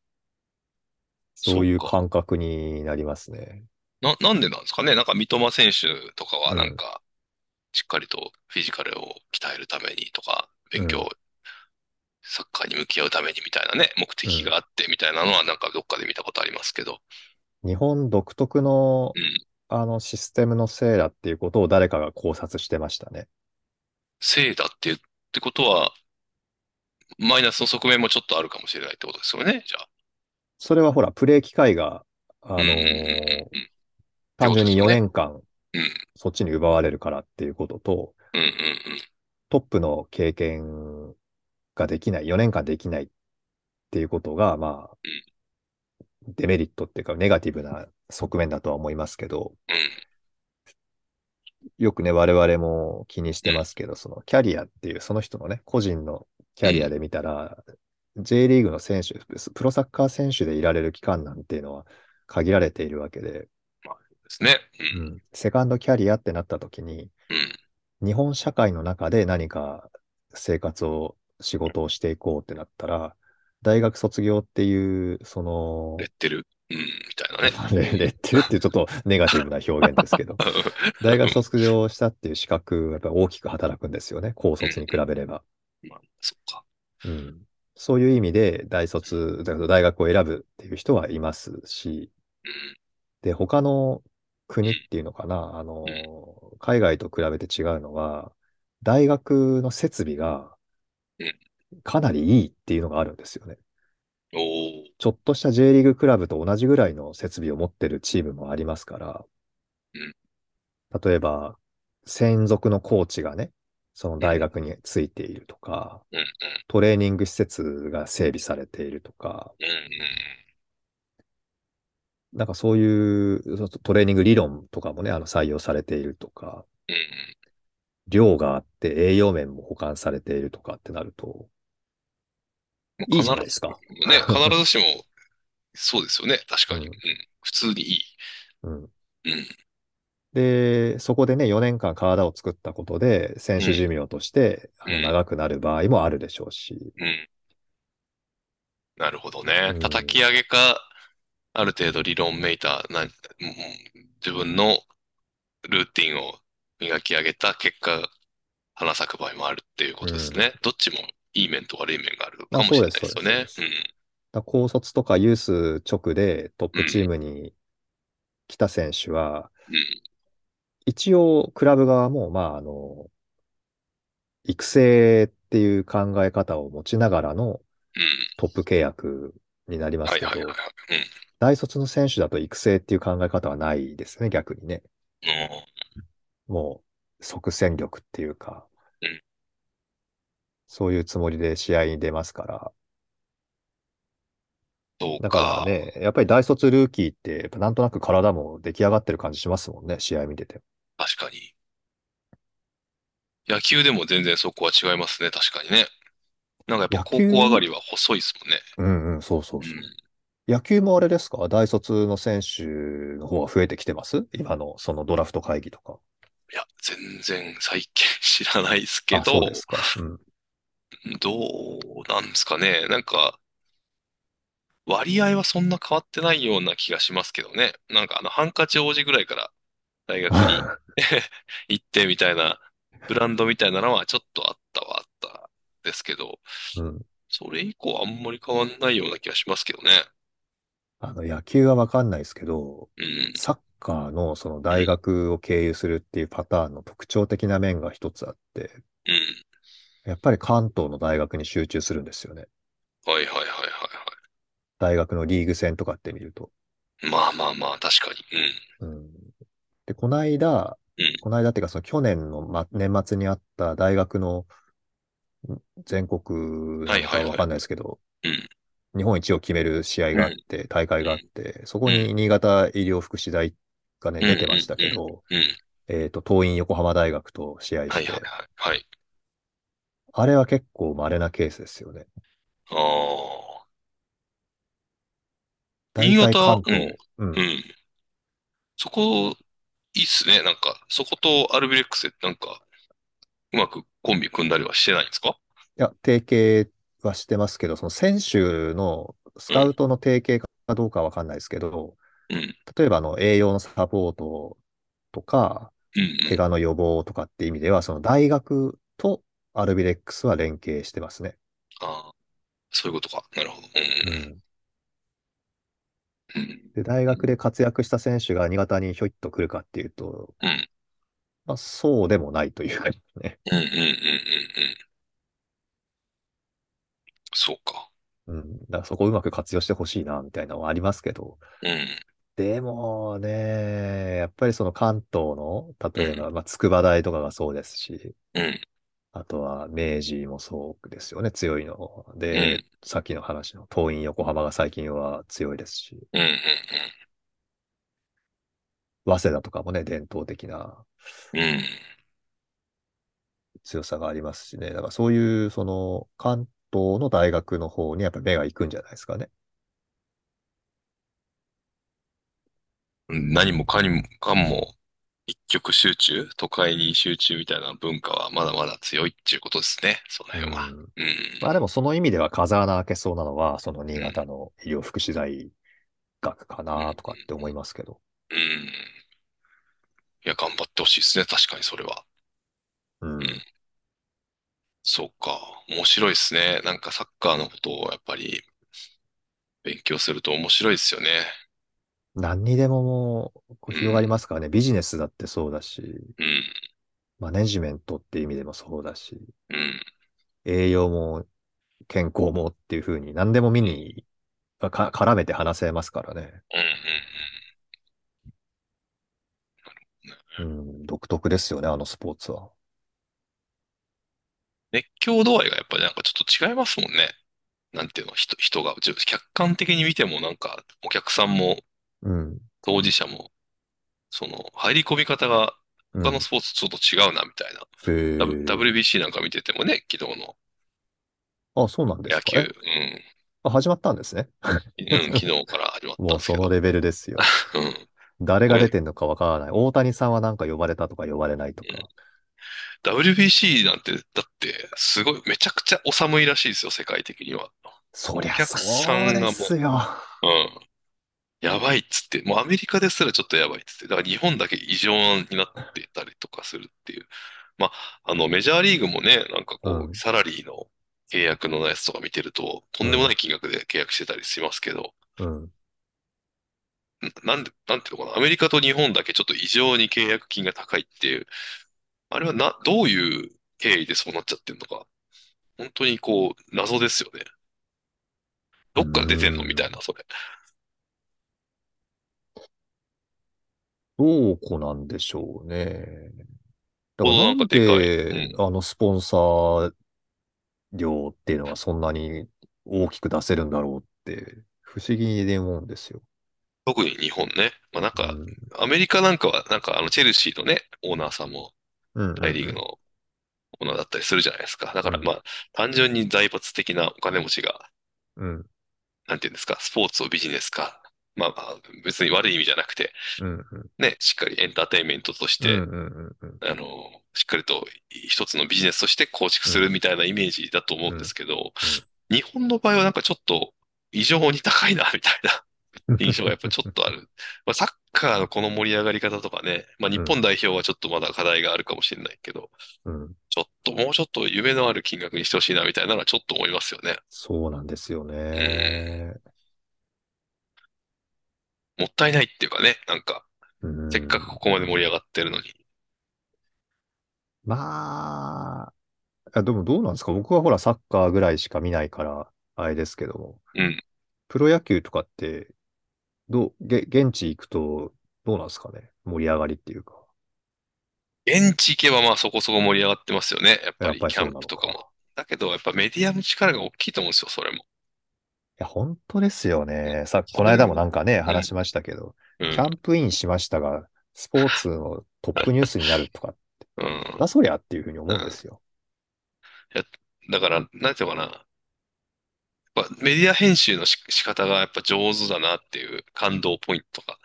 S2: そういう
S1: そっか
S2: 感覚になりますね。
S1: な、なんでなんですかね。なんか三笘選手とかは
S2: うん
S1: なんか、しっかりとフィジカルを鍛えるためにとか、勉強、
S2: うん
S1: サッカーに向き合うためにみたいなね、目的があってみたいなのはなんかどっかで見たことありますけど。
S2: 日本独特の
S1: うん、
S2: あのシステムのせいだっていうことを誰かが考察してましたね。
S1: せいだって、ってことは、マイナスの側面もちょっとあるかもしれないってことですよね、じゃあ。
S2: それはほら、プレイ機会が、あのー
S1: うんうんうんうん
S2: 単純に
S1: ってことですよ
S2: 4
S1: ね
S2: 年間
S1: うん、
S2: そっちに奪われるからっていうことと、
S1: うん、うん、うん。
S2: トップの経験ができない、4年間できないっていうことが、まあ、デメリットっていうか、ネガティブな側面だとは思いますけど、
S1: うん
S2: よくね、我々も気にしてますけど、そのキャリアっていう、その人のね、個人のキャリアで見たら、J リーグの選手、プロサッカー選手でいられる期間なんていうのは限られているわけで、
S1: ですね。
S2: セカンドキャリアってなった時に、
S1: うん、うん、
S2: 日本社会の中で何か生活を、仕事をしていこうってなったら、大学卒業っていう、その
S1: レ、ッテル、うん、みたいなね。
S2: レレッテルっていうちょっとネガティブな表現です けど、大学卒業したっていう資格がやっぱ大きく働くんですよね、高卒に比べれば。
S1: まあ、そっか。
S2: うん、そういう意味で大卒、だから大学を選ぶっていう人はいますし、
S1: うん、
S2: で、他の国っていうのかな、あの、海外と比べて違うのは、大学の設備が
S1: うん、
S2: かなりいいっていうのがあるんですよね。
S1: おー
S2: ちょっとした J リーグクラブと同じぐらいの設備を持ってるチームもありますから
S1: うん、
S2: 例えば、専属のコーチがね、その大学についているとか、
S1: うんうん
S2: トレーニング施設が整備されているとか、
S1: うんうん
S2: なんかそういうそうトレーニング理論とかもね、あの採用されているとか、
S1: うん
S2: 量があって栄養面も保管されているとかってなると、
S1: うんま
S2: いい
S1: あ
S2: じゃな
S1: 必
S2: いで
S1: ず
S2: すか。
S1: ね、必ずしも、そうですよね。確かに。
S2: う
S1: うんん。普通にいい。
S2: うん、
S1: うん。
S2: で、そこでね、4年間体を作ったことで、選手寿命として、
S1: うん
S2: あの長くなる場合もあるでしょうし、
S1: うん。なるほどね
S2: うん。
S1: 叩き上げか、ある程度理論めいた、な、うん自分のルーティンを磨き上げた結果、花咲く場合もあるっていうことですね。どっちもいい面と悪い面があるかもしれないですよね。
S2: あそうですそうだ高卒とかユース直でトップチームに来た選手は、
S1: うん。うん。
S2: 一応、クラブ側も、まあ、あの、育成っていう考え方を持ちながら
S1: う
S2: の
S1: ん。
S2: トップ契約になります
S1: はい
S2: けど
S1: はい、はいはい。うん。
S2: 大卒の選手だと育成っていう考え方はないですね、逆にね。もう、即戦力っていうか
S1: うん、
S2: そういうつもりで試合に出ますから。
S1: そう
S2: だからね、やっぱり大卒ルーキーって、やっぱなんとなく体も出来上がってる感じしますもんね、試合見てて。
S1: 確かに。野球でも全然そこは違いますね、確かにね。なんかやっぱ高
S2: 野球
S1: 校上がりは細いですもんね。
S2: うんうん、そうそう
S1: う
S2: そう。
S1: ん。
S2: 野球もあれですか大卒の選手の方が増えてきてます今のそのドラフト会議とか。
S1: いや、全然最近知らないですけ
S2: あ、そう
S1: ど
S2: で、すか。うん。
S1: どうなんですかね。なんか、割合はそんな変わってないような気がしますけどね。なんかあの、ハンカチ王子ぐらいから大学 に行ってみたいな、ブランドみたいなのはちょっとあったはあったですけど、
S2: うん
S1: それ以降あんまり変わんないような気がしますけどね。
S2: あの、野球はわかんないですけど、
S1: うん。
S2: サッカーのその大学を経由するっていうパターンの特徴的な面が一つあって、
S1: うん。
S2: やっぱり関東の大学に集中するんですよね。
S1: はいはいはいはいは
S2: 大学のリーグ戦とかって見ると。
S1: い。まあまあまあ、確かに。
S2: うん、で、この間
S1: うん、
S2: この間っていうかその去年の、ま、年末にあった大学のん全国な
S1: はい
S2: の
S1: は
S2: か
S1: いはい
S2: わかんないですけど、
S1: うん
S2: 日本一を決める試合があって、大会があって、そこに新潟医療福祉大がね、
S1: うん
S2: 出てましたけど、
S1: うん。うん。
S2: えっと、桐蔭横浜大学と試合
S1: はい
S2: して
S1: はい、はい。はい。
S2: あれは結構稀なケースですよね。
S1: ああ。
S2: 大
S1: 新
S2: 体
S1: 潟
S2: 関、東、うん
S1: うん。うん。そこ、いいっすね。なんか、そことアルビレックスってなんか、うまくコンビ組んだりはしてないんですか
S2: いや、提携はしてますけど、その選手のスカウトの提携かどうかわかんないですけど、
S1: うん。うん
S2: 例えばあの栄養のサポートとか、
S1: うん。
S2: 怪我の予防とかって意味では、その大学とアルビレックスは連携してますね。
S1: ああ。そういうことか。なるほど。うんうんうん。
S2: で、大学で活躍した選手が新潟にひょいっと来るかっていうと、
S1: うん。
S2: まあ、そうでもないというかね。
S1: うんうんうんうんうん。そうか。
S2: うん。だからそこをうまく活用してほしいな、みたいなのはありますけど。
S1: うん。
S2: でもね、やっぱりその関東の、例えば、まあ、筑波大とかがそうですし、
S1: うん。
S2: あとは明治もそうですよね、強いの。
S1: う
S2: で
S1: ん、
S2: さっきの話の桐蔭横浜が最近は強いですし、
S1: うんうん
S2: 早稲田とかもね、伝統的な
S1: うん。うん。
S2: 強さがありますしね、だからそういうその関東の大学の方にやっぱ目が行くんじゃないですかね。
S1: 何もかにもかんも一極集中、都会に集中みたいな文化はまだまだ強いっていうことですね、その辺は。
S2: うん
S1: うん。
S2: まあでもその意味では風穴開けそうなのは、その新潟の医療福祉大学かなとかって思いますけど。
S1: うん。いや、頑張ってほしいですね、確かにそれは。
S2: うん
S1: んそうか、面白いですね。なんかサッカーのことをやっぱり勉強すると面白いですよね。
S2: 何にでももうこう広がりますからね。ビジネスだってそうだし、
S1: うん。
S2: マネジメントっていう意味でもそうだし、
S1: うん。
S2: 栄養も健康もっていうふうに何でも見にか絡めて話せますからね。
S1: うんうん
S2: うん、独特ですよね、あのスポーツは。
S1: 熱狂度合いがやっぱりなんかちょっと違いますもんね。なんていうの、人、人が、ちょ客観的に見てもなんか、お客さんも
S2: うん。
S1: 当事者も、その、入り込み方が
S2: うん
S1: 他のスポーツとちょっと違うな、みたいな。
S2: へー
S1: W- WBC なんか見ててもね、昨日の
S2: あ、そうなんです
S1: 野
S2: か。
S1: 球、う
S2: え
S1: ん。
S2: あ始まったんですね。
S1: うん、 昨日から始まったん
S2: もう
S1: です
S2: そ
S1: け
S2: の
S1: ど。
S2: レベルで すよ。
S1: うん。
S2: 誰が出てんのかわからない。大谷さんはなんか呼ばれたとか呼ばれないとか。
S1: WBC なんて、だって、すごい、めちゃくちゃお寒いらしいですよ、世界的には。
S2: そり
S1: お
S2: ゃ
S1: 客
S2: そ
S1: さ
S2: う
S1: が
S2: ん
S1: も
S2: で
S1: う
S2: すよ。
S1: うん。やばいっつって、もうアメリカですらちょっとやばいっつって、だから日本だけ異常になってたりとかするっていう。まあ、あの、メジャーリーグもね、なんかこ
S2: うん
S1: う、サラリーの契約のやつとか見てると、とんでもない金額で契約してたりしますけど、
S2: うん。
S1: ななんで、なんていうのかな、アメリカと日本だけちょっと異常に契約金が高いっていう、あれはな、どういう経緯でそうなっちゃってるのか、本当にこう、謎ですよね。どっから出てんの
S2: うん
S1: みたいな、それ。
S2: どうこなんでしょうね。
S1: ほ
S2: だか
S1: ど
S2: ら
S1: な
S2: なんん
S1: かでかい
S2: で、あの、スポンサー料っていうのがそんなに大きく出せるんだろうって、不思議に思うんですよ。
S1: 特に日本ね。まあなんか
S2: う、ん
S1: アメリカなんかは、なんかあの、チェルシーのね、オーナーさんも、
S2: うん
S1: 大リーグのオーナーだったりするじゃないですか。だから
S2: うん
S1: まあ、単純に財閥的なお金持ちが、
S2: うん。
S1: なんていうんですか、スポーツをビジネス化。まあまあ、別に悪い意味じゃなくて、
S2: うん。うん。
S1: ね、しっかりエンターテインメントとし
S2: うん。
S1: て、
S2: うんうん。
S1: あの、しっかりと一つのビジネスとして構築するみたいなイメージだと思うんですけど、日本の場合はなんかちょっと異常に高いな、みたい な。
S2: うん
S1: 印象がやっぱちょっとある。まあ、サッカーのこの盛り上がり方とかね、まあ、日本代表はちょっとまだ課題があるかもしれないけど、
S2: うん。
S1: ちょっともうちょっと夢のある金額にしてほしいなみたいなのはちょっと思いますよね。
S2: そうなんですよね。
S1: もったいないっていうかね、なんか、
S2: うん
S1: せっかくここまで盛り上がってるのに。
S2: まあ、あでもどうなんですか僕はほらサッカーぐらいしか見ないから、あれですけども。
S1: うん
S2: プロ野球とかって、どう、げ、現地行くと、どうなんですかね盛り上がりっていうか。
S1: 現地行けばまあそこそこ盛り上がってますよね、やっぱ
S2: やっ
S1: り
S2: ぱり
S1: キ
S2: そう
S1: ャ
S2: なの
S1: ンプとか
S2: か
S1: も。だけどやっぱメディアの力が大きいと思うんですよ、それも。
S2: いや、本当ですよね。さ、
S1: そう
S2: この間もなんかね、話
S1: うん
S2: しましたけど、
S1: う
S2: キ
S1: ん
S2: ャンプインしましたが、スポーツのトップニュースになるとか、
S1: うん
S2: なそりゃっていうふうに思うんですよ。
S1: だから、なんていうのかな。やっぱメディア編集のし仕方がやっぱ上手だなっていう感動ポイントとか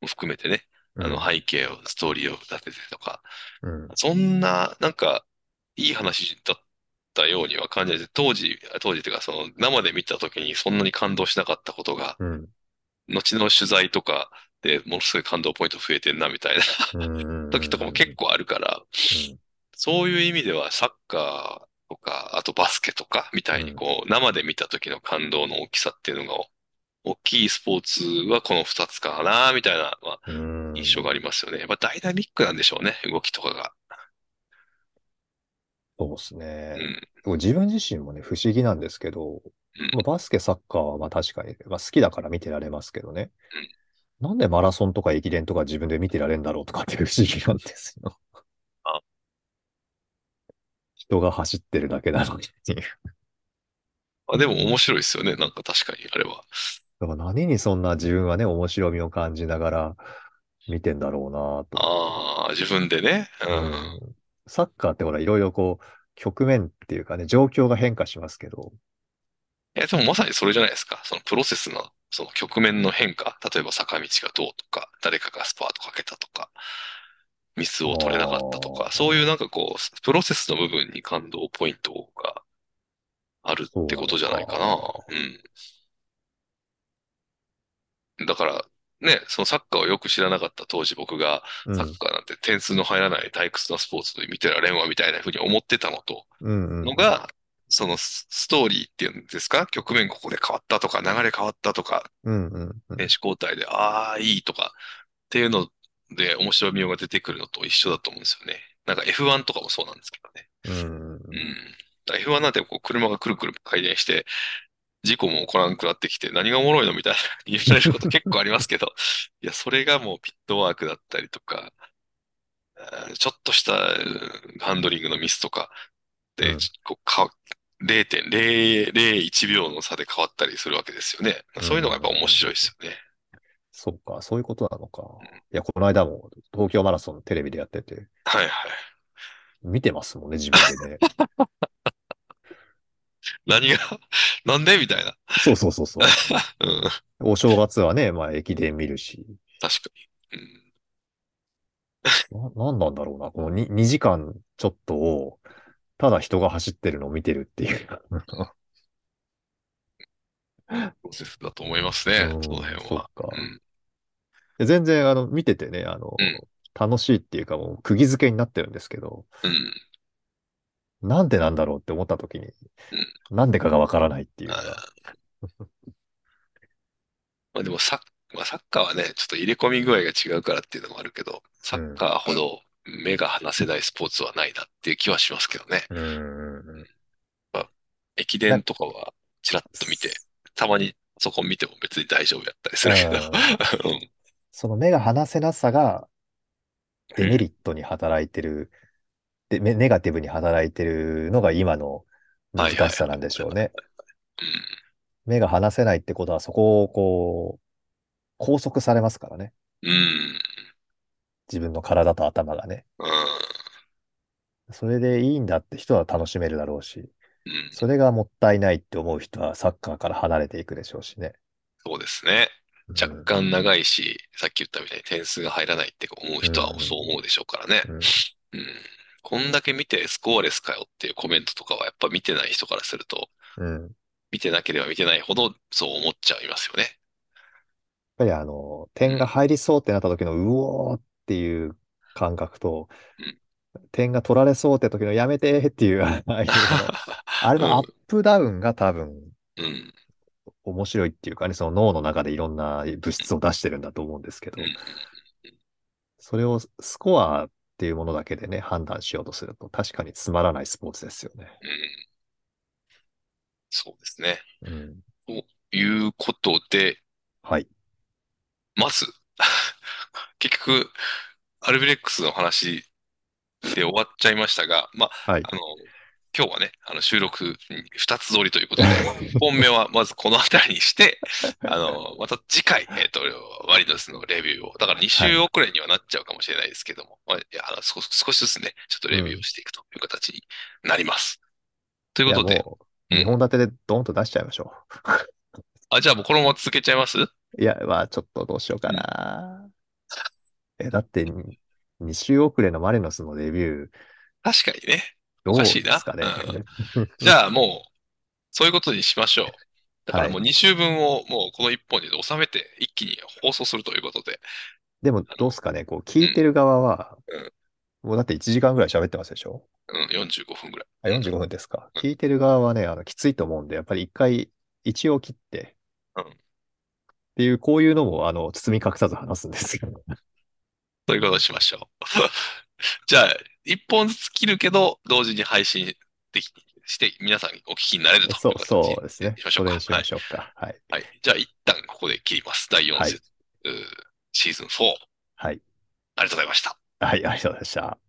S1: も含めてね、あ
S2: うん
S1: の背景を、ストーリーを立ててとか、
S2: うん。
S1: そんな、なんか、いい話だったようには感じないです。当時、当時っていうか、その生で見た時にそんなに感動しなかったことが、
S2: うん。
S1: 後の取材とかでものすごい感動ポイント増えてんなみたいな
S2: うん
S1: 時とかも結構あるから、
S2: うん
S1: そういう意味ではサッカーとか、あとバスケとかみたいにこう、生で見た時の感動の大きさっていうのが、大きいスポーツはこの2つかな、みたいな、まあ、
S2: うん
S1: 印象がありますよね。やっぱダイナミックなんでしょうね、動きとかが。
S2: そうです
S1: う
S2: ね。
S1: ん。
S2: でも自分自身もね、不思議なんですけど、
S1: うん
S2: まあバスケ、サッカーはまあ確かに、まあ、好きだから見てられますけどね。なんでマラソンとか駅伝とか自分で見てられんだろうとかっていう不思議なんですよ
S1: あ。
S2: 人が走ってるだけなのに。だか
S1: あ、でも面白いですよね、なんか確かに、あれは。
S2: ら何にそんな自分はね、面白みを感じながら見てんだろうな
S1: あ
S2: と。
S1: あ、自分でね。うん。
S2: サッカーってほら、いろいろこう、局面っていうかね、状況が変化しますけど、
S1: いや、でもまさにそれじゃないですか。そのプロセスの、その局面の変化。例えば坂道がどうとか、誰かがスパートかけたとか、ミスを取れなかったと
S2: あ
S1: か、
S2: ー
S1: そういうなんかこう、プロセスの部分に感動ポイントがあるってことじゃないかな。うん。だから、ね、そのサッカーをよく知らなかった当時僕が、
S2: うん
S1: サッカーなんて点数の入らない退屈なスポーツで見てられんわみたいなふうに思ってたのと、
S2: うんうん
S1: のが、そのスストーリーっていうんですか、局面ここで変わったとか、流れ変わったとか、
S2: うんうんうん
S1: 選手交代で、ああ、いいとかっていうので面白みが出てくるのと一緒だと思うんですよね。なんか F1 とかもそうなんですけどね。
S2: うん。
S1: うん。だから F1 なんてこう車がくるくる回転して、事故も起こらんくなってきて、何がおもろいのみたいな 言われること結構ありますけど、いや、それがもうピットワークだったりとか、あーちょっとしたうんハンドリングのミスとかで、
S2: うん
S1: こうか、0.001秒の差で変わったりするわけですよね。そういうのがやっぱ面白いですよね。
S2: そっか、そういうことなのか。いや、この間も東京マラソンテレビでやってて、
S1: はいはい。
S2: 見てますもんね、自分 でね。
S1: 何が、 なんでみたいな。
S2: そうそうそうそう。
S1: うん、確
S2: お正月はね、まあ駅伝見るし、
S1: かに。うん
S2: な、なんなんだろうな、この 2, 2時間ちょっとを、ただ人が走ってるのを見てるっていう。
S1: プロセスだと思いますね、
S2: うん
S1: その辺
S2: そっ
S1: は。
S2: か
S1: うん
S2: で全然、あの、見ててね、あの、
S1: うん
S2: 楽しいっていうか、もう、釘付けになってるんですけど、
S1: うん。
S2: なんでなんだろうって思った時に、なんでかがわからないっていう
S1: あ
S2: か、
S1: ー まあでもサッ、まあ、サッカーはね、ちょっと入れ込み具合が違うからっていうのもあるけど、サッカーほど目が離せないスポーツはないなっていう気はしますけどね。
S2: うーん。
S1: 駅伝とかはちらっと見て、たまにそこ見ても別に大丈夫やったりするけど。
S2: うん その目が離せなさが、デメリットに働いてる、で、めネガティブに働いてるのが今の難しさなんでしょうね。目が離せないってことは、そこをこう、拘束されますからね。
S1: うん。うん。
S2: 自分の体と頭がね。
S1: うん。
S2: それでいいんだって人は楽しめるだろうし、
S1: うん。
S2: それがもったいないって思う人はサッカーから離れていくでしょうしね。
S1: そうですね。若干長いし、さっき言ったみたいに点数が入らないって思う人はそう思うでしょうからね。
S2: うん。うん
S1: うん。こんだけ見てスコアレスかよっていうコメントとかはやっぱ見てない人からすると、
S2: うん。やっ
S1: 見てなければ見てないほどそう思っちゃいますよね。
S2: ぱりあの、点が入りそうってなった時のうおーっていう感覚と
S1: うん、
S2: 点が取られそうって時のやめてーっていう、ああいうあれ のアップダウンが多分
S1: うん。うん。
S2: 面白いっていうかね、その脳の中でいろんな物質を出してるんだと思うんですけど
S1: うん、
S2: それをスコアっていうものだけでね、判断しようとすると確かにつまらないスポーツですよね。
S1: うんそうですね。
S2: うん。
S1: いうことで、
S2: はい。
S1: まず、 結局、アルビレックスの話で終わっちゃいましたが、まあ、
S2: はい。
S1: あの、今日はね、あの収録に2つ撮りということで、1本目はまずこの辺りに して、あの、また次回、えっと、ワリドスのレビューを、だから2週遅れにはなっちゃうかもしれないですけども、まあいやあの少し少しずつね、ちょっとレビューをしていくという形になります。とい
S2: いうや
S1: ことで、
S2: も
S1: うん
S2: う、2本立てでドンと出しちゃいましょ
S1: あ、じゃあもうこのまま続けちゃいます
S2: う。いや、まあ、ちょっとどうしようかな。え、だって、2週遅れのマレノスのレビュー、
S1: 確かにね。
S2: どうですかね
S1: おかしいな。じゃあもう、そういうことにしましょう。だからもう2週分をもうこの1本で収めて一気に放送するということで、
S2: でも、どうすかね、こう、聞いてる側は、もうだって1時間ぐらい喋ってますでしょ
S1: うん、45分ぐらい。
S2: あ、45分ですか。聞いてる側はね、あの、きついと思うんで、やっぱり一回、一応切って、
S1: うん
S2: っていう、こういうのも、あの、包み隠さず話すん ですけど。
S1: そういうことにしましょう。 じゃあ、一本ずつ切るけど、同時に配信できして、皆さんお聞きになれると
S2: そう、
S1: いう
S2: そう
S1: 形
S2: ですね。
S1: しましょ
S2: そう
S1: か
S2: れにしましょうか。はい。
S1: はい。じゃあ、一旦ここで切ります。第4節、うーシーズン4。あ
S2: はい。
S1: りがとうございました。
S2: はい、ありがとうございました。